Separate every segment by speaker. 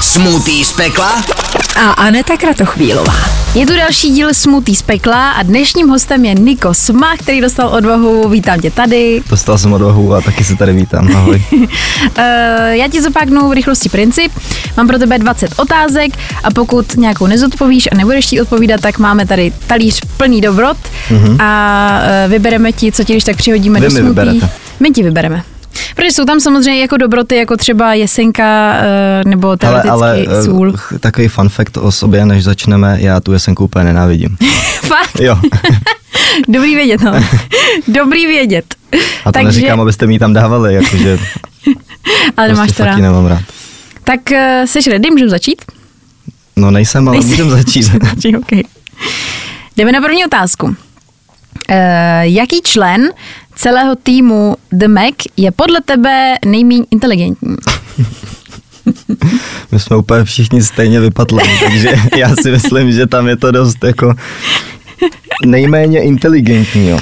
Speaker 1: Smutý z pekla?
Speaker 2: a Aneta Kratochvílová.
Speaker 3: Je tu další díl Smutý z pekla a dnešním hostem je Niko Sma, který dostal odvahu. Vítám tě tady.
Speaker 4: Dostal jsem odvahu a taky se tady vítám. Ahoj.
Speaker 3: Eh, já ti zopáknu v rychlosti princip. Mám pro tebe 20 otázek a pokud nějakou nezodpovíš a nebudeš ti odpovídat, tak máme tady talíř plný dobrot a eh, vybereme ti, co ti když tak přihodíme
Speaker 4: Mhm.
Speaker 3: do
Speaker 4: Vy mi
Speaker 3: smutí.
Speaker 4: vyberete.
Speaker 3: My ti vybereme. Protože jsou tam samozřejmě jako dobroty, jako třeba jesenka eh, nebo
Speaker 4: Ale,
Speaker 3: teoreticky
Speaker 4: ale eh,
Speaker 3: sůl.
Speaker 4: ch- takový fun fact o sobě, než začneme, já tu jesenku úplně nenávidím.
Speaker 3: Fakt,
Speaker 4: Jo,
Speaker 3: dobrý vědět, no. Dobrý vědět.
Speaker 4: a to Takže... neříkám, abyste mi ji tam dávali, jakože
Speaker 3: ale
Speaker 4: prostě
Speaker 3: nemáš to
Speaker 4: fakt
Speaker 3: rád.
Speaker 4: ji nemám rád.
Speaker 3: Tak uh, jsi ready, můžu začít?
Speaker 4: No nejsem, ale
Speaker 3: Nejsi-
Speaker 4: můžem začít.
Speaker 3: Začni, OK. Jdeme na první otázku. Uh, jaký člen celého týmu The Mac je podle tebe nejméně inteligentní?
Speaker 4: My jsme úplně všichni stejně vypadli, takže já si myslím, že tam je to dost jako nejméně inteligentní. Jo.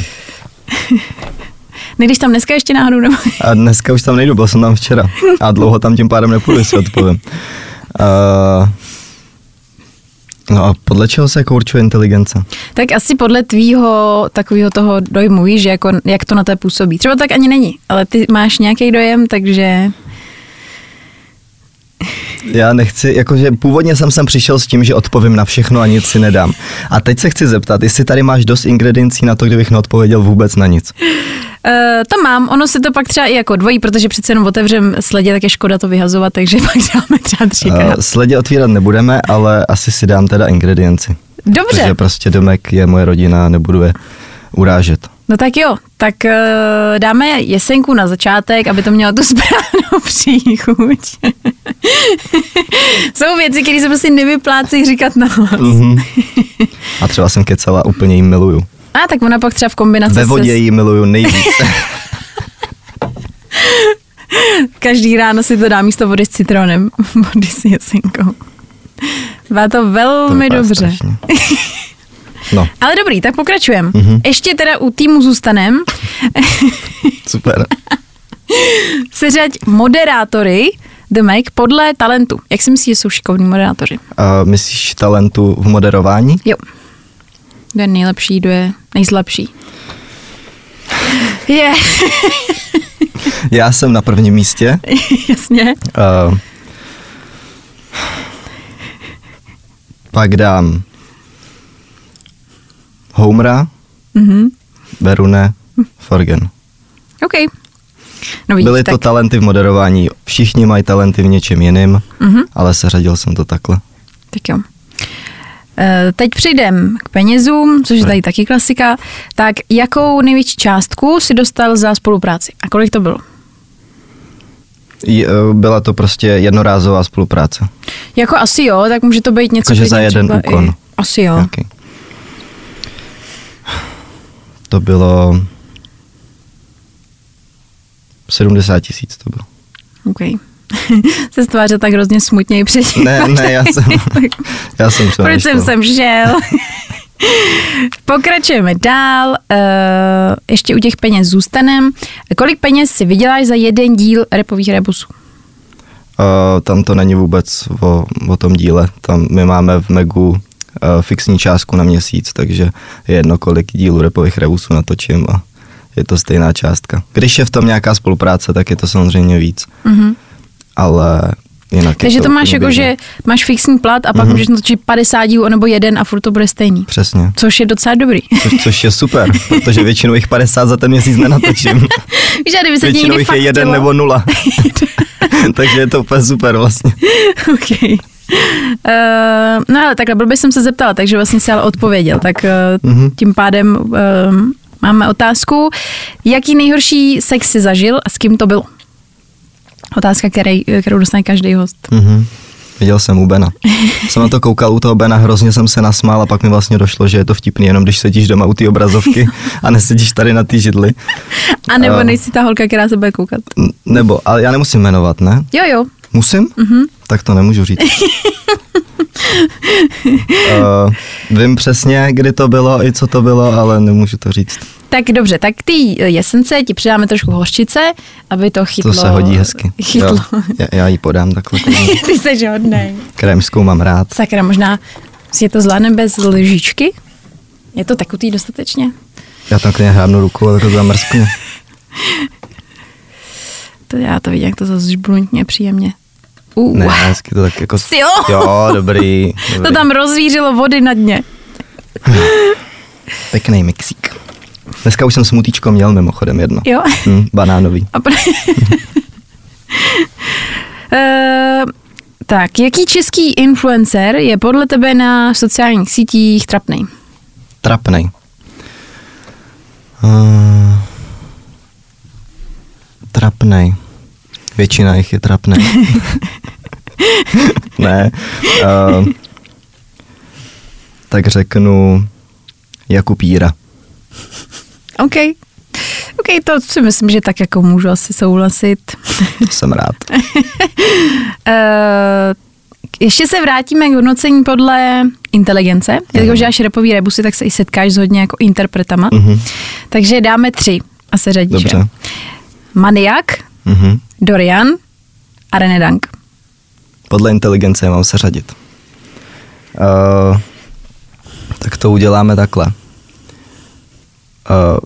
Speaker 3: Ne, když tam dneska ještě náhodou nebo...
Speaker 4: A dneska už tam nejdu, byl jsem tam včera. A dlouho tam tím pádem nepůjdu, si odpovím. Uh, no a podle čeho se jako určuje inteligence?
Speaker 3: Tak asi podle tvýho takového toho dojmu, víš, že jako, jak to na té působí. Třeba tak ani není, ale ty máš nějaký dojem, takže...
Speaker 4: Já nechci, jakože původně jsem sem přišel s tím, že odpovím na všechno a nic si nedám. A teď se chci zeptat, jestli tady máš dost ingrediencí na to, kdybych neodpověděl vůbec na nic.
Speaker 3: Uh, to mám, ono se to pak třeba i jako dvojí, protože přece jenom otevřem sledě, tak je škoda to vyhazovat, takže pak dáme třeba třikrát.
Speaker 4: Uh, sledě otvírat nebudeme, ale asi si dám teda ingredienci.
Speaker 3: Dobře.
Speaker 4: Protože prostě domek je moje rodina, nebudu je urážet.
Speaker 3: No tak jo, tak eh, dáme jesenku na začátek, aby to mělo tu správnou příchuť. Jsou věci, které se prostě nevyplácí říkat na hlas.
Speaker 4: Mhm. A třeba jsem kecela, úplně jí miluju.
Speaker 3: A tak ona pak třeba v kombinaci
Speaker 4: Ve vodě
Speaker 3: se
Speaker 4: ji miluju nejvíc.
Speaker 3: každý ráno si to dá místo vody s citronem, vody s jesenkou. Byla to
Speaker 4: To
Speaker 3: velmi
Speaker 4: vypadá
Speaker 3: dobře.
Speaker 4: strašně. No,
Speaker 3: Ale dobrý, tak pokračujeme.
Speaker 4: Mhm.
Speaker 3: Ještě teda u týmu zůstanem.
Speaker 4: super.
Speaker 3: Seřaď moderátory The Make podle talentu. Jak si myslíš, že jsou šikovní moderátoři?
Speaker 4: Uh, myslíš talentu v moderování?
Speaker 3: Jo. Kdo je nejlepší, kdo je nejslabší. Je,
Speaker 4: Já jsem na prvním místě.
Speaker 3: jasně.
Speaker 4: Uh, pak dám Homera,
Speaker 3: Mhm.
Speaker 4: Verune, Forgen.
Speaker 3: OK. No vidíš,
Speaker 4: Byly
Speaker 3: tak.
Speaker 4: to talenty v moderování. Všichni mají talenty v něčem jiným,
Speaker 3: Mhm.
Speaker 4: ale seřadil jsem to takhle.
Speaker 3: tak jo. E, Teď přejdem k penězům,
Speaker 4: Hm.
Speaker 3: což je tady taky klasika. Tak jakou největší částku si dostal za spolupráci? A kolik to bylo?
Speaker 4: J- eh, Byla to prostě jednorázová spolupráce.
Speaker 3: Jako asi jo, tak může to být něco...
Speaker 4: Jakože za
Speaker 3: klidně
Speaker 4: jeden
Speaker 3: třeba
Speaker 4: úkon.
Speaker 3: I, asi jo.
Speaker 4: Jaký? To bylo 70 tisíc to bylo.
Speaker 3: OK. se stvářil tak hrozně smutněji předtím.
Speaker 4: Ne, ne, já jsem, já jsem to
Speaker 3: Proč jsem
Speaker 4: nešel.
Speaker 3: sem šel? Pokračujeme dál, uh, ještě u těch peněz zůstanem. Kolik peněz si vyděláš za jeden díl repových rebusů?
Speaker 4: Uh, tam to není vůbec o, o tom díle. Tam my máme v Megu uh, fixní částku na měsíc, takže je jedno, kolik dílů repových revusů natočím a je to stejná částka. Když je v tom nějaká spolupráce, tak je to samozřejmě víc,
Speaker 3: Uh-huh.
Speaker 4: ale jinak je
Speaker 3: Takže to máš
Speaker 4: úplně Mhm.
Speaker 3: jako,
Speaker 4: běžné.
Speaker 3: že máš fixní plat a pak můžeš natočit 50 dílů nebo jeden a furt to bude stejný.
Speaker 4: Přesně.
Speaker 3: Což je docela dobrý.
Speaker 4: Což, což je super, protože většinou jich 50 za ten měsíc nenatočím.
Speaker 3: Víš, a kdyby se ti
Speaker 4: Většinou
Speaker 3: někdy
Speaker 4: jich
Speaker 3: fakt
Speaker 4: je jeden
Speaker 3: chtělo.
Speaker 4: nebo nula. Takže je to úplně super vlastně.
Speaker 3: OK. Uh, no ale takhle, blbě jsem se zeptala, takže vlastně si ale odpověděl. Tak uh,
Speaker 4: Mhm.
Speaker 3: tím pádem uh, máme otázku. Jaký nejhorší sex si zažil a s kým to bylo? Otázka, který, kterou dostane každý host.
Speaker 4: Mhm. Viděl jsem u Bena. Jsem na to koukal u toho Bena, hrozně jsem se nasmál a pak mi vlastně došlo, že je to vtipný, jenom když sedíš doma u té obrazovky a nesedíš tady na té židli.
Speaker 3: A nebo
Speaker 4: Eh.
Speaker 3: nejsi ta holka, která se bude koukat.
Speaker 4: N- Nebo, ale já nemusím jmenovat, ne?
Speaker 3: Jo, jo.
Speaker 4: Musím?
Speaker 3: Mhm.
Speaker 4: Tak to nemůžu říct. Uh, vím přesně, kdy to bylo i co to bylo, ale nemůžu to říct.
Speaker 3: Tak dobře, tak ty eh, jesence ti přidáme trošku hořčice, aby to chytlo.
Speaker 4: To se hodí hezky.
Speaker 3: Chytlo.
Speaker 4: Jo, já, já ji podám takhle.
Speaker 3: Ty jsi hodnej.
Speaker 4: Krémskou mám rád.
Speaker 3: Sakra, možná si to zvládne bez lžičky? Je to tekutý dostatečně?
Speaker 4: Já tam klidně hrábnu ruku, ale to zamrzkne.
Speaker 3: To já to vidím, jak to zase žbluntně příjemně. Uh,
Speaker 4: Ne, hezky to tak jako...
Speaker 3: Sil!
Speaker 4: Jo, dobrý. dobrý.
Speaker 3: To tam rozvířilo vody na dně.
Speaker 4: Pěkný mixík. Dneska už jsem smutíčko měl mimochodem jedno.
Speaker 3: Jo.
Speaker 4: Hm, banánový.
Speaker 3: A pro... Eh, tak, jaký český influencer je podle tebe na sociálních sítích trapný?
Speaker 4: Trapnej. Uh, trapnej. Většina jich je trapnej. ne. Uh, tak řeknu Jakub Jíra.
Speaker 3: OK. OK, to si myslím, že tak jako můžu asi souhlasit.
Speaker 4: Jsem rád.
Speaker 3: Eh, ještě se vrátíme k hodnocení podle inteligence. Jelikož děláš repový rebusy, tak se i setkáš s hodně jako interpretama.
Speaker 4: Mhm.
Speaker 3: Takže dáme tři a se řadíš.
Speaker 4: Dobře.
Speaker 3: jo? Maniak,
Speaker 4: Mhm.
Speaker 3: Dorian a René Dank.
Speaker 4: Podle inteligence je mám seřadit. Uh, tak to uděláme takhle. Uh,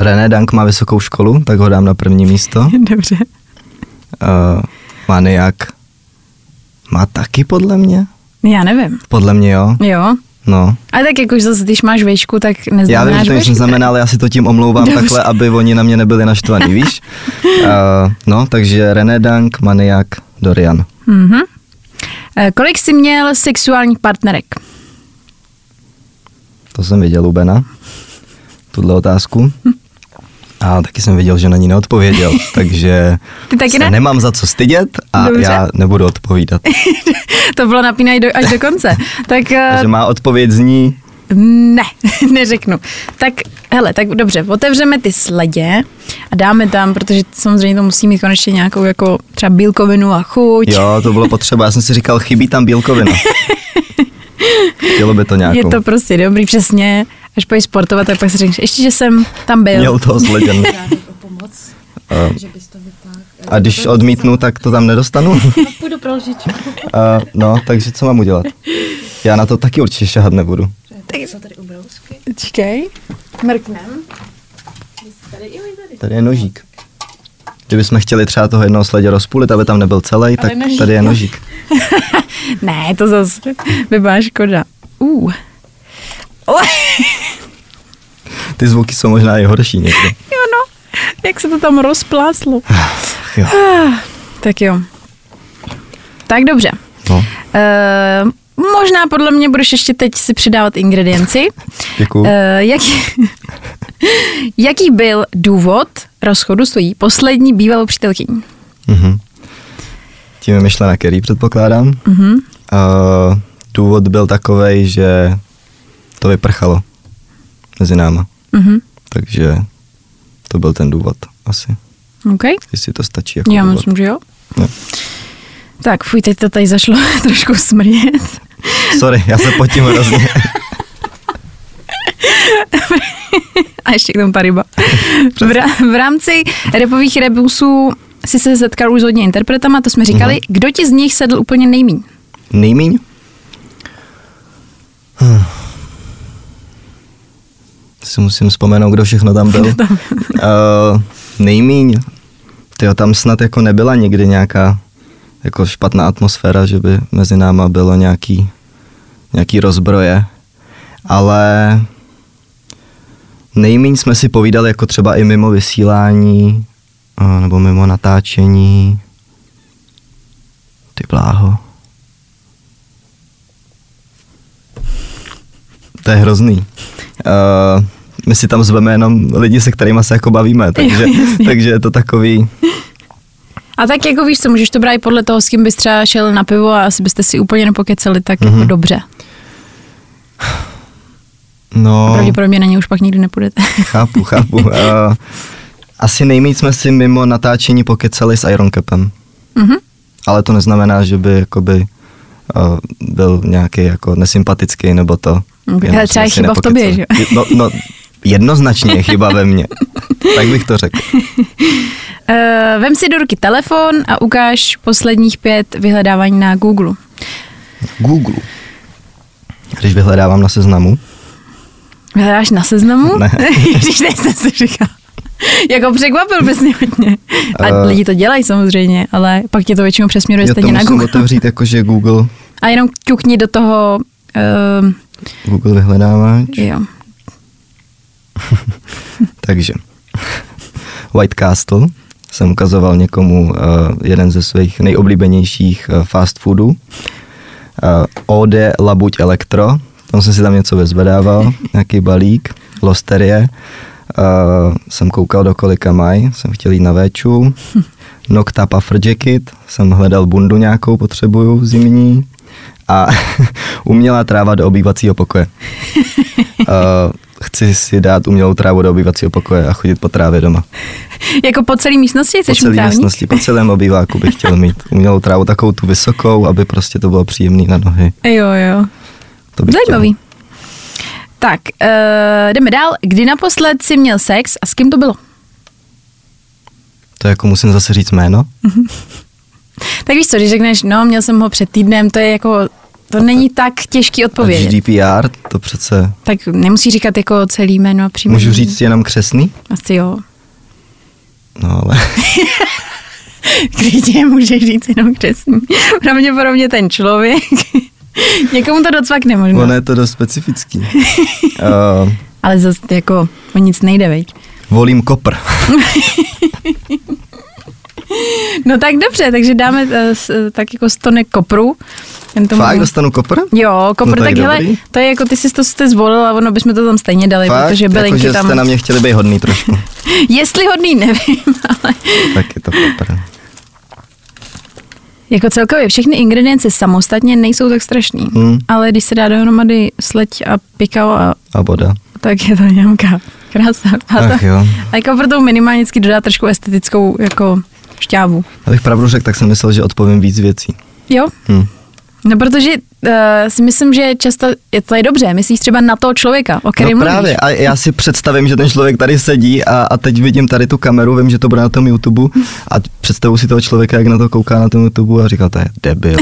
Speaker 4: René Dank má vysokou školu, tak ho dám na první místo.
Speaker 3: Dobře.
Speaker 4: Uh, Maniak má taky podle mě?
Speaker 3: Já nevím.
Speaker 4: Podle mě jo.
Speaker 3: Jo.
Speaker 4: No.
Speaker 3: Ale tak jakož zase, když máš vejšku, tak
Speaker 4: Já
Speaker 3: neznamenáš
Speaker 4: vím, že to nic
Speaker 3: vejšku.
Speaker 4: neznamená, ale já si to tím omlouvám
Speaker 3: Dobře.
Speaker 4: takhle, aby oni na mě nebyli naštvaní, víš? Uh, no, takže René Dank, Maniak, Dorian.
Speaker 3: Mhm. Eh, Kolik jsi měl sexuálních partnerek?
Speaker 4: To jsem viděl u Bena, tuhle otázku. A taky jsem viděl, že na ní neodpověděl, takže
Speaker 3: Ty taky
Speaker 4: se
Speaker 3: ne?
Speaker 4: nemám za co stydět a
Speaker 3: Dobře.
Speaker 4: já nebudu odpovídat.
Speaker 3: to bylo napínaj do, až do konce. tak eh,
Speaker 4: Takže má odpověď zní,
Speaker 3: Ne, neřeknu. Tak, hele, tak dobře, otevřeme ty sledě a dáme tam, protože samozřejmě to musí mít konečně nějakou jako třeba bílkovinu a chuť.
Speaker 4: jo, to bylo potřeba, já jsem si říkal, chybí tam bílkovina. Chtělo by to nějakou.
Speaker 3: Je to prostě dobrý, přesně. Až pojď sportovat, tak pak si řekneš, ještě, že jsem tam byl.
Speaker 4: Měl toho sleděn.
Speaker 1: žádat o pomoc,
Speaker 4: Eh,
Speaker 1: že bys to vytáhl.
Speaker 4: A když odmítnu, tak to tam nedostanu.
Speaker 1: No, půjdu pro lžičku.
Speaker 4: Eh, No, takže co mám udělat? Já na to taky určitě šahat nebudu.
Speaker 1: Tak jsou tady ubrousky.
Speaker 3: Čekej. Mrknem.
Speaker 1: Tady i my tady.
Speaker 4: Tady je nožík. Kdybychom chtěli třeba toho jednoho sledě rozpůlit, aby tam nebyl celý, tak
Speaker 3: nožík.
Speaker 4: tady je
Speaker 1: no.
Speaker 4: nožík.
Speaker 3: Ne, to zase by byla škoda. Uh. Oj,
Speaker 4: Ty zvuky jsou možná i horší někdy.
Speaker 3: jo no, jak se to tam rozpláslo.
Speaker 4: Ach jo.
Speaker 3: Tak jo. Tak dobře.
Speaker 4: No,
Speaker 3: Eh, možná podle mě budeš ještě teď si přidávat ingredienci.
Speaker 4: děkuju.
Speaker 3: Eh, jaký, jaký byl důvod rozchodu s tvojí poslední bývalou přítelkyní?
Speaker 4: Mhm. Tím je myšlena Kerry, předpokládám.
Speaker 3: Mhm.
Speaker 4: Uh, důvod byl takový, že to vyprchalo mezi náma.
Speaker 3: Mhm.
Speaker 4: Takže to byl ten důvod asi.
Speaker 3: OK.
Speaker 4: Jestli to stačí jako
Speaker 3: Já
Speaker 4: důvod.
Speaker 3: myslím, že jo.
Speaker 4: No.
Speaker 3: Tak, fuj, teď to tady zašlo trošku smrdět.
Speaker 4: Sorry, já se potím hrozně.
Speaker 3: A ještě k tomu ta ryba. V, ra- v rámci repových rebusů si se setkal už s hodně interpretama, to
Speaker 4: Mhm.
Speaker 3: jsme říkali. Kdo ti z nich sedl úplně nejmíň?
Speaker 4: Nejmíň? Hm. Si musím vzpomenout, kdo všechno tam byl. uh, nejmíň. Tyjo, tam snad jako nebyla nikdy nějaká jako špatná atmosféra, že by mezi náma bylo nějaký, nějaký rozbroje. Ale nejmíň jsme si povídali jako třeba i mimo vysílání eh, nebo mimo natáčení. Ty bláho. To je hrozný. Uh, my si tam zveme jenom lidi, se kterými se jako bavíme, takže,
Speaker 3: jasně.
Speaker 4: takže je to takový,
Speaker 3: A tak jako víš co, můžeš to brát i podle toho, s kým bys třeba šel na pivo a asi byste si úplně nepokeceli tak mm-hmm.
Speaker 4: Mhm.
Speaker 3: jako dobře. A
Speaker 4: no,
Speaker 3: pravděpodobně na ně už pak nikdy nepůjdete.
Speaker 4: chápu, chápu. Uh, asi nejméně jsme si mimo natáčení pokecali s Ironcapem,
Speaker 3: Mhm.
Speaker 4: ale to neznamená, že by jakoby uh, byl nějaký jako nesympatický nebo to.
Speaker 3: No, tak
Speaker 4: Jenom
Speaker 3: ale
Speaker 4: jsme
Speaker 3: třeba je
Speaker 4: si
Speaker 3: chyba v tobě,
Speaker 4: nepokecali. No, no, jednoznačně je chyba ve mně. Tak bych to řekl.
Speaker 3: Uh, vem si do ruky telefon a ukáž posledních pět vyhledávání na Google.
Speaker 4: Google. Když vyhledávám na seznamu,
Speaker 3: Hledáš na seznamu?
Speaker 4: Ne.
Speaker 3: Když ne, jsem si říkal. jako překvapil bys mě hodně. A
Speaker 4: Eh.
Speaker 3: lidi to dělají samozřejmě, ale pak tě to většinou přesměruje
Speaker 4: jo, to
Speaker 3: stejně na
Speaker 4: musím
Speaker 3: Google.
Speaker 4: otevřít jakože Google,
Speaker 3: A jenom ťukni do toho, uh,
Speaker 4: Google vyhledávač.
Speaker 3: jo,
Speaker 4: Takže White Castle jsem ukazoval někomu uh, jeden ze svých nejoblíbenějších uh, fast foodů. Uh, OD Labuť Elektro, tam jsem si tam něco vyzvedával, nějaký balík, Losterie. Uh, jsem koukal do kolika maj, jsem chtěl jít na véču. Nocta Puffer Jacket, jsem hledal bundu nějakou, potřebuju zimní. A umělá tráva do obývacího pokoje. Uh, chci si dát umělou trávu do obývacího pokoje a chodit po trávě doma.
Speaker 3: Jako po celé místnosti
Speaker 4: Po
Speaker 3: chceš mít
Speaker 4: celé
Speaker 3: trávník?
Speaker 4: místnosti, po celém obýváku bych chtěl mít umělou trávu, takovou tu vysokou, aby prostě to bylo příjemný na nohy.
Speaker 3: Jo, jo.
Speaker 4: To bych
Speaker 3: Zajímavý. Tak, uh, jdeme dál. Kdy naposled jsi měl sex a s kým to bylo?
Speaker 4: Chtěl. To jako musím zase říct jméno.
Speaker 3: Tak víš co, když řekneš, no měl jsem ho před týdnem, to je jako, to není tak těžký
Speaker 4: A
Speaker 3: odpovědět.
Speaker 4: GDPR, to přece...
Speaker 3: Tak nemusí říkat jako celý jméno a příjmení.
Speaker 4: Můžu říct jenom křesný?
Speaker 3: Asi jo.
Speaker 4: No ale...
Speaker 3: Klidně můžeš říct jenom křesný. Pravděpodobně ten člověk. Někomu to docvakne možná.
Speaker 4: Ono je to dost specifický. Uh,
Speaker 3: Ale zase jako o nic nejde, veď.
Speaker 4: volím kopr.
Speaker 3: No tak dobře, takže dáme eh, s- tak jako stonek kopru. Jen tomu-
Speaker 4: Fakt dostanu kopr?
Speaker 3: Jo, kopr,
Speaker 4: No
Speaker 3: no,
Speaker 4: tak
Speaker 3: tak hele,
Speaker 4: dobrý.
Speaker 3: to je jako ty jsi to jste zvolil a ono bychom to tam stejně dali,
Speaker 4: Fakt?
Speaker 3: protože bylinky
Speaker 4: jako, že
Speaker 3: tam.
Speaker 4: jste na mě chtěli být hodný trošku.
Speaker 3: Jestli hodný, nevím, ale
Speaker 4: tak je to kopr.
Speaker 3: jako celkově všechny ingredience samostatně nejsou tak strašný.
Speaker 4: Hmm.
Speaker 3: Ale když se dá dohromady sleť a pikao a
Speaker 4: A voda.
Speaker 3: tak je to nějaká krása. A,
Speaker 4: Ach
Speaker 3: to,
Speaker 4: jo.
Speaker 3: a jako proto minimálně vždycky dodá trošku estetickou jako šťávu.
Speaker 4: Abych pravdu řekl, tak jsem myslel, že odpovím víc věcí.
Speaker 3: Jo?
Speaker 4: Hm.
Speaker 3: No protože uh, si myslím, že často je to je dobře. Myslíš třeba na toho člověka, o kterém
Speaker 4: No
Speaker 3: mluvíš.
Speaker 4: právě, a já si představím, že ten člověk tady sedí a, a teď vidím tady tu kameru, vím, že to bude na tom YouTube a představu si toho člověka, jak na to kouká na tom YouTube a říká, to je debil.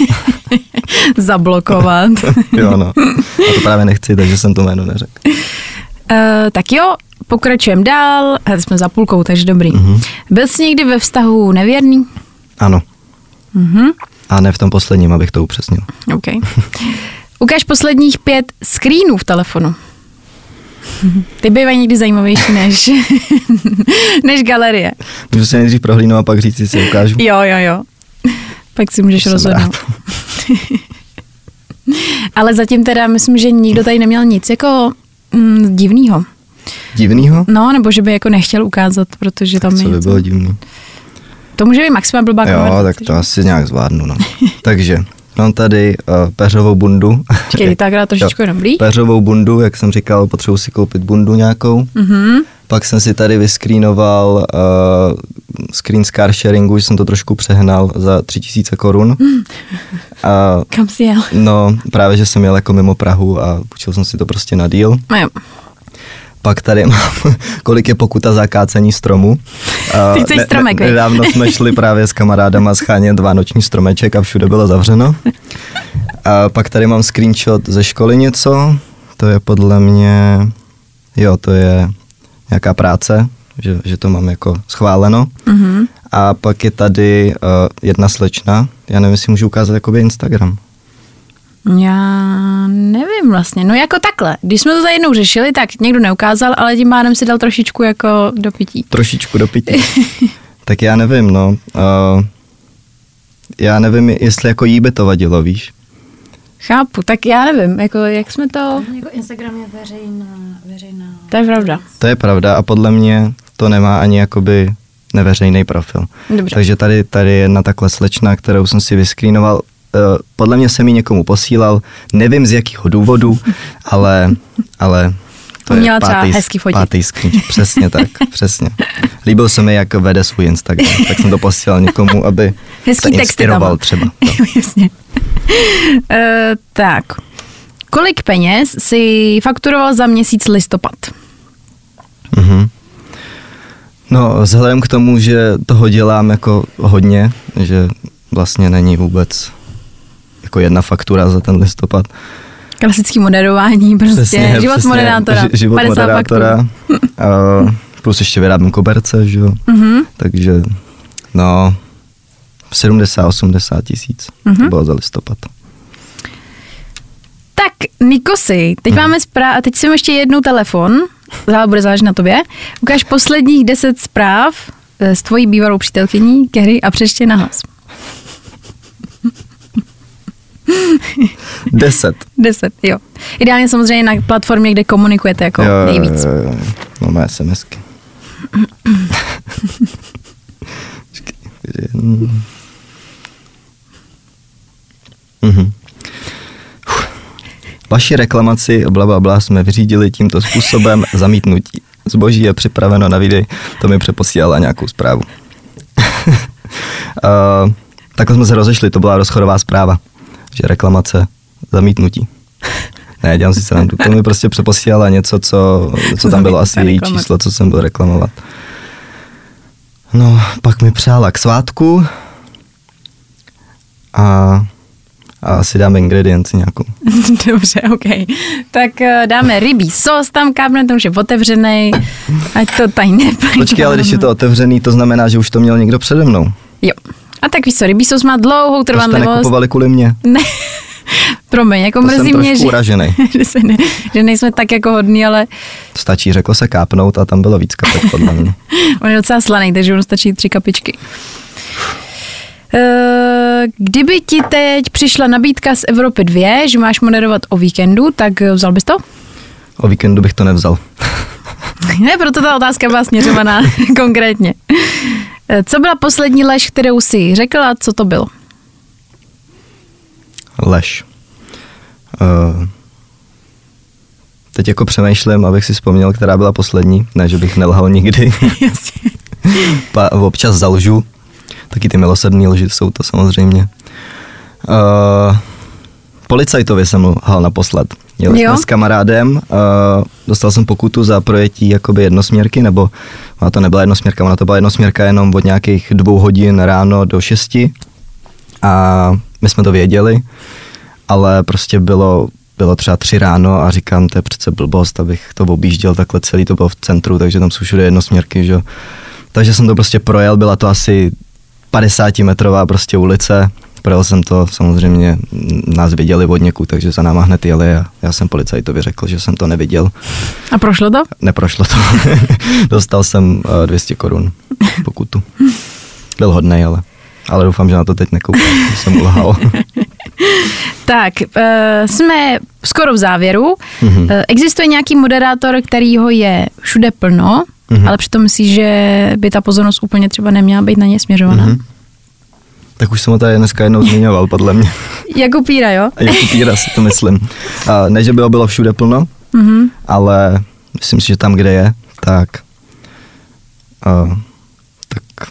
Speaker 3: Zablokovat.
Speaker 4: jo, no. A to právě nechci, takže jsem to jméno neřekl.
Speaker 3: Uh, tak jo, pokračujeme dál. Hele, jsme za půlkou, takže dobrý.
Speaker 4: Mhm.
Speaker 3: Mm-hmm. Byl jsi někdy ve vztahu nevěrný?
Speaker 4: Ano.
Speaker 3: Mhm,
Speaker 4: A ne v tom posledním, abych to upřesnil.
Speaker 3: OK. Ukaž posledních pět screenů v telefonu. Ty bývají někdy zajímavější než, než galerie.
Speaker 4: Můžu si nejdřív prohlídnout a pak říct, jestli si ukážu.
Speaker 3: Jo, jo, jo. Pak si můžeš
Speaker 4: Jsem
Speaker 3: rozhodnout.
Speaker 4: rád.
Speaker 3: Ale zatím teda myslím, že nikdo tady neměl nic jako mm, divného.
Speaker 4: Divnýho?
Speaker 3: No, nebo že by jako nechtěl ukázat, protože tam
Speaker 4: Co
Speaker 3: je
Speaker 4: by
Speaker 3: něco.
Speaker 4: bylo divný?
Speaker 3: To může být maximálně blbá
Speaker 4: Jo,
Speaker 3: konverzace,
Speaker 4: tak
Speaker 3: že?
Speaker 4: to asi nějak zvládnu, no. Takže, mám tady uh, peřovou bundu.
Speaker 3: Čekej, tak dá trošičku
Speaker 4: Jo,
Speaker 3: jenom blíž.
Speaker 4: Peřovou bundu, jak jsem říkal, potřebuji si koupit bundu nějakou.
Speaker 3: Mhm.
Speaker 4: Pak jsem si tady vyskrýnoval uh, screen z car sharingu, že jsem to trošku přehnal za 3000 korun. A
Speaker 3: Kam si jel?
Speaker 4: no, právě, že jsem jel jako mimo Prahu a půjčil jsem si to prostě na díl.
Speaker 3: No jo.
Speaker 4: Pak tady mám, kolik je pokuta za kácení stromu. A
Speaker 3: Ty chceš stromek, viď?
Speaker 4: Nedávno jsme šli právě s kamarádama schánět vánoční stromeček a všude bylo zavřeno. A pak tady mám screenshot ze školy něco, to je podle mě, jo, to je nějaká práce, že, že to mám jako schváleno.
Speaker 3: Mhm.
Speaker 4: A pak je tady uh, jedna slečna, já nevím, jestli můžu ukázat jakoby Instagram.
Speaker 3: Já nevím vlastně. No jako takhle. Když jsme to za jednou řešili, tak někdo neukázal, ale tím pádem si dal trošičku jako do pití.
Speaker 4: trošičku do pití. tak já nevím, no. Uh, já nevím, jestli jako jí by to vadilo, víš?
Speaker 3: Chápu, tak já nevím, jako jak jsme to...
Speaker 1: Jako Instagram je veřejná, veřejná.
Speaker 3: To je pravda.
Speaker 4: To je pravda a podle mě to nemá ani jakoby neveřejný profil.
Speaker 3: Dobře.
Speaker 4: Takže tady, tady je jedna takhle slečna, kterou jsem si vyskrýnoval. Eh, Podle mě jsem ji někomu posílal, nevím z jakého důvodu, ale, ale To
Speaker 3: Uměla
Speaker 4: je
Speaker 3: třeba
Speaker 4: pátý,
Speaker 3: hezky fotit.
Speaker 4: Pátý skrýč, přesně tak, přesně. Líbil se mi, jak vede svůj Instagram, tak jsem to posílal někomu, aby
Speaker 3: Hezký
Speaker 4: se
Speaker 3: texty
Speaker 4: inspiroval
Speaker 3: tam.
Speaker 4: třeba. No.
Speaker 3: Jo, Jasně. Eh, tak. Kolik peněz si fakturoval za měsíc listopad?
Speaker 4: Mhm. No, vzhledem k tomu, že toho dělám jako hodně, že vlastně není vůbec jako jedna faktura za ten listopad.
Speaker 3: Klasický moderování, prostě. život
Speaker 4: přesně,
Speaker 3: moderátora.
Speaker 4: ži- život
Speaker 3: 50 faktur.
Speaker 4: moderátora. A plus ještě vyrábím koberce, že jo.
Speaker 3: Mhm.
Speaker 4: Takže no, 70-80 tisíc
Speaker 3: Mhm.
Speaker 4: to bylo za listopad.
Speaker 3: Tak, Nikosy, teď
Speaker 4: Hmm.
Speaker 3: máme zpráv, teď jsem ještě jednou telefon, zále bude záležet na tobě. Ukáž posledních 10 zpráv eh, s tvojí bývalou přítelkyní, Kerry, a přečtě na hlas.
Speaker 4: 10.
Speaker 3: 10, jo. Ideálně samozřejmě na platformě, kde komunikujete jako jo, nejvíc.
Speaker 4: jo, jo. No, má SMSky. Počkej, takže, mm. Mhm. Fuh. Vaši reklamaci bla, bla, bla jsme vyřídili tímto způsobem zamítnutí. Zboží je připraveno na videj, to mi přeposílala nějakou zprávu. uh, takhle jsme se rozešli, to byla rozchodová zpráva, že reklamace zamítnutí. Ne, dělám si srandu. To mi prostě přeposílala něco, co, co tam bylo asi její
Speaker 3: Reklamace.
Speaker 4: číslo, co jsem byl reklamovat. No, pak mi přála k svátku a, a asi dám ingredienci nějakou.
Speaker 3: Dobře, OK. Tak eh, dáme rybí sos, tam kápne, to už je otevřený, ať to tady nepadne.
Speaker 4: Počkej, ale když je to otevřený, to znamená, že už to měl někdo přede mnou. Prostě
Speaker 3: Jo. A tak víš co, rybí sos má dlouhou
Speaker 4: To jste
Speaker 3: trvanlivost.
Speaker 4: nekupovali kvůli mě.
Speaker 3: Ne, promiň, jako
Speaker 4: To jsem
Speaker 3: mrzí
Speaker 4: trošku
Speaker 3: mě, že,
Speaker 4: uražený.
Speaker 3: že, se ne, že nejsme tak jako hodní, ale
Speaker 4: Stačí, řeklo se kápnout a tam bylo víc kapek, podle mě.
Speaker 3: on je docela slaný, takže ono stačí tři kapičky. Eh, Kdyby ti teď přišla nabídka z Evropy 2, že máš moderovat o víkendu, tak eh, vzal bys to?
Speaker 4: O víkendu bych to nevzal.
Speaker 3: Ne, proto ta otázka byla směřovaná konkrétně. Eh, Co byla poslední lež, kterou jsi řekla, co to bylo?
Speaker 4: Lež. Uh, teď jako přemýšlím, abych si vzpomněl, která byla poslední. Ne, že bych nelhal nikdy. pa, občas zalžu. Taky ty milosrdný lži jsou to samozřejmě. Uh, policajtovi jsem lhal naposled. Jel
Speaker 3: Jo.
Speaker 4: jsme s kamarádem, uh, dostal jsem pokutu za projetí jakoby jednosměrky, nebo ona to nebyla jednosměrka, ona to byla jednosměrka jenom od nějakých dvou hodin ráno do šesti. A my jsme to věděli, ale prostě bylo, bylo třeba tři ráno a říkám, to je přece blbost, abych to objížděl takhle celý, to bylo v centru, takže tam jsou všude jednosměrky, že jo. Takže jsem to prostě projel, byla to asi 50-metrová prostě ulice, projel jsem to, samozřejmě m, nás viděli od někud, takže za náma hned jeli a já jsem policajtovi řekl, že jsem to neviděl.
Speaker 3: A prošlo to?
Speaker 4: Neprošlo to. Dostal jsem eh, 200 korun pokutu. Byl hodnej, ale, ale doufám, že na to teď nekouká, že jsem ulhal.
Speaker 3: Tak, eh, jsme skoro v závěru.
Speaker 4: Mhm.
Speaker 3: Eh, Existuje nějaký moderátor, kterýho je všude plno,
Speaker 4: Mhm.
Speaker 3: ale přitom myslíš, že by ta pozornost úplně třeba neměla být na ně směřovaná.
Speaker 4: Mhm. Tak už jsem ho tady dneska jednou zmiňoval, podle mě.
Speaker 3: Jako píra, jo?
Speaker 4: A jako píra si to myslím. A ne, že bylo, bylo všude plno,
Speaker 3: Mhm.
Speaker 4: ale myslím si, že tam, kde je, tak, a, tak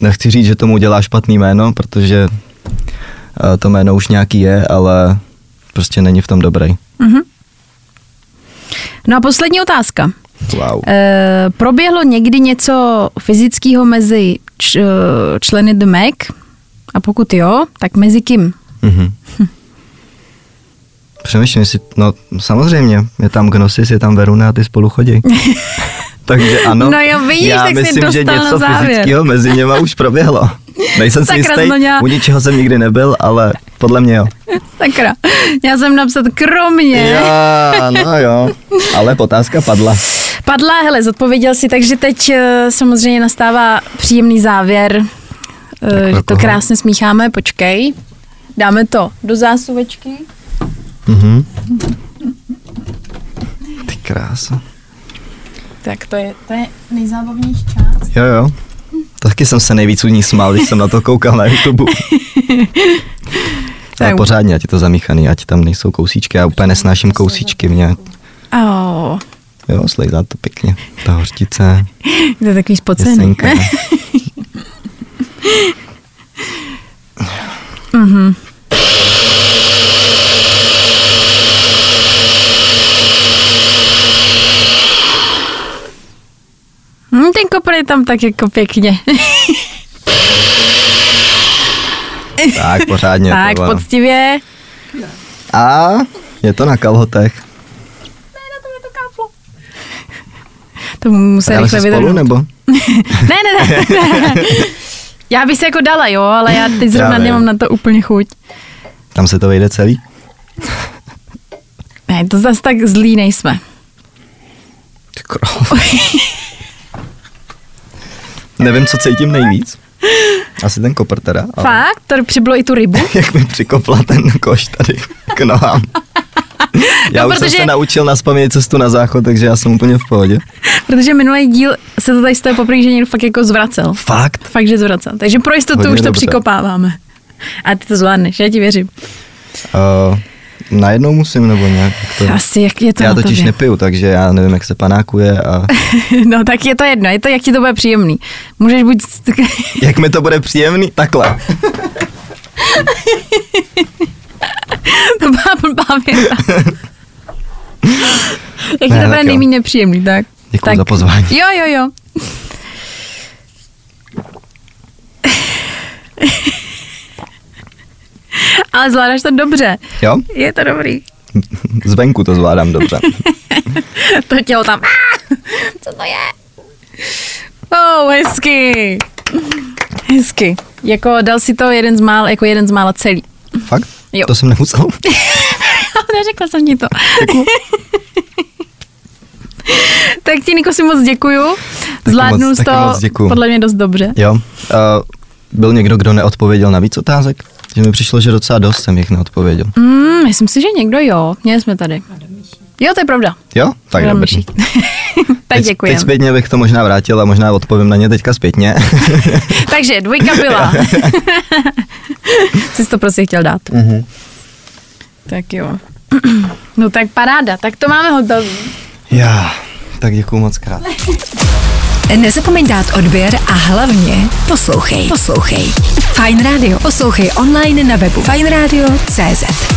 Speaker 4: nechci říct, že tomu dělá špatný jméno, protože a, to jméno už nějaký je, ale prostě není v tom dobrý.
Speaker 3: Mhm. No a poslední otázka.
Speaker 4: Wow.
Speaker 3: E, proběhlo někdy něco fyzického mezi č, eh, členy The Mac? A pokud jo, tak mezi kým?
Speaker 4: Mhm. Přemýšlím si, no samozřejmě, je tam Gnosis, je tam Veruna a ty spolu chodí. Takže ano,
Speaker 3: No jo, vidíš,
Speaker 4: já
Speaker 3: tak jsi
Speaker 4: myslím, že
Speaker 3: dostal na
Speaker 4: něco
Speaker 3: závěr.
Speaker 4: fyzického mezi něma už proběhlo. Nejsem si
Speaker 3: Sakra,
Speaker 4: jistý,
Speaker 3: no já-
Speaker 4: u ničeho jsem nikdy nebyl, ale podle mě jo.
Speaker 3: Sakra, já jsem napsat kromě.
Speaker 4: Já, no jo, ale otázka padla.
Speaker 3: Padla, hele, zodpověděl si, takže teď eh, samozřejmě nastává příjemný závěr, eh,
Speaker 4: Jako
Speaker 3: že to
Speaker 4: alkohol.
Speaker 3: krásně smícháme, počkej, dáme to do zásuvečky.
Speaker 4: Mhm. Ty krása.
Speaker 3: Tak to je, to je nejzábavnější část.
Speaker 4: Jo, jo. Taky jsem se nejvíc u ní smál, když jsem na to koukal na YouTube. Ale
Speaker 3: Tak.
Speaker 4: pořádně, ať je to zamíchaný, ať tam nejsou kousíčky. Já úplně nesnáším kousíčky v nějak.
Speaker 3: Oh,
Speaker 4: Jo, slejzá to pěkně. Ta hořtice,
Speaker 3: To je takový spocený.
Speaker 4: jesenka.
Speaker 3: Hm, ten kopr je tam tak jako pěkně.
Speaker 4: tak, pořádně.
Speaker 3: tak,
Speaker 4: tohle, no.
Speaker 3: poctivě.
Speaker 4: A je to na kalhotech.
Speaker 3: To musel
Speaker 4: Dali se
Speaker 3: rychle
Speaker 4: spolu,
Speaker 3: vydrhnout.
Speaker 4: nebo?
Speaker 3: Ne, ne, ne, ne. Já bych se jako dala, jo, ale já teď zrovna
Speaker 4: Já vím.
Speaker 3: nemám na to úplně chuť.
Speaker 4: Tam se to vejde celý?
Speaker 3: Ne, to zase tak zlí nejsme.
Speaker 4: Ty krávo. Nevím, co cítím nejvíc. Asi ten kopr teda. ale
Speaker 3: Fakt? To přibylo i tu rybu?
Speaker 4: Jak mi přikopla ten koš tady k nohám. Já
Speaker 3: No,
Speaker 4: už jsem
Speaker 3: protože-
Speaker 4: se naučil na spaměť cestu na záchod, takže já jsem úplně v pohodě.
Speaker 3: Protože minulý díl se to tady stalo poprvé, že někdo fakt jako zvracel.
Speaker 4: Fakt?
Speaker 3: Fakt, že zvracel. Takže pro jistotu
Speaker 4: Hodně
Speaker 3: už to
Speaker 4: dobře.
Speaker 3: přikopáváme. A ty to zvládneš, já ti věřím.
Speaker 4: Uh, najednou musím, nebo nějak? jak To...
Speaker 3: Asi, jak je to
Speaker 4: já
Speaker 3: na
Speaker 4: totiž
Speaker 3: tobě.
Speaker 4: nepiju, takže já nevím, jak se panákuje a
Speaker 3: No tak je to jedno, je to, jak ti to bude příjemný. Můžeš buď...
Speaker 4: jak mi to bude příjemný, takhle.
Speaker 3: to byla blbá věta. jak ti to
Speaker 4: Ne, tak
Speaker 3: bude
Speaker 4: jo.
Speaker 3: nejméně nepříjemný, tak?
Speaker 4: Děkuji
Speaker 3: tak.
Speaker 4: za pozvání.
Speaker 3: Jo, jo, jo. Ale zvládáš to dobře.
Speaker 4: Jo?
Speaker 3: Je to dobrý.
Speaker 4: Zvenku to zvládám dobře.
Speaker 3: To tělo tam. Ah, co to je? Oh, hezky. Hezky. Jako dal si to jeden z mála, jako jeden z mála celý.
Speaker 4: Fakt?
Speaker 3: Jo.
Speaker 4: To jsem nemusel.
Speaker 3: Neřekla jsem ti to. tak ti, Niko, si moc děkuju. Zvládnu
Speaker 4: moc-
Speaker 3: to
Speaker 4: taky moc děkuju.
Speaker 3: podle mě dost dobře.
Speaker 4: Jo. Uh, byl někdo, kdo neodpověděl na víc otázek? Že mi přišlo, že docela dost jsem jich neodpověděl.
Speaker 3: Mm, myslím si, že někdo jo. Měli jsme tady. Jo, to je pravda.
Speaker 4: Jo? Tak
Speaker 3: Adam
Speaker 4: dobrý.
Speaker 3: Myšík. tak
Speaker 4: Teď,
Speaker 3: děkuji.
Speaker 4: teď zpětně bych to možná vrátil a možná odpovím na ně teďka zpětně.
Speaker 3: Takže dvojka byla. Jsi to prostě chtěl dát.
Speaker 4: Mhm.
Speaker 3: Tak jo. No tak paráda, tak to máme hotový.
Speaker 4: Já. Tak děkuji moc krát.
Speaker 2: Nezapomeň dát odběr a hlavně poslouchej. Poslouchej. Fine Radio. Poslouchej online na webu. Fine Radio. CZ.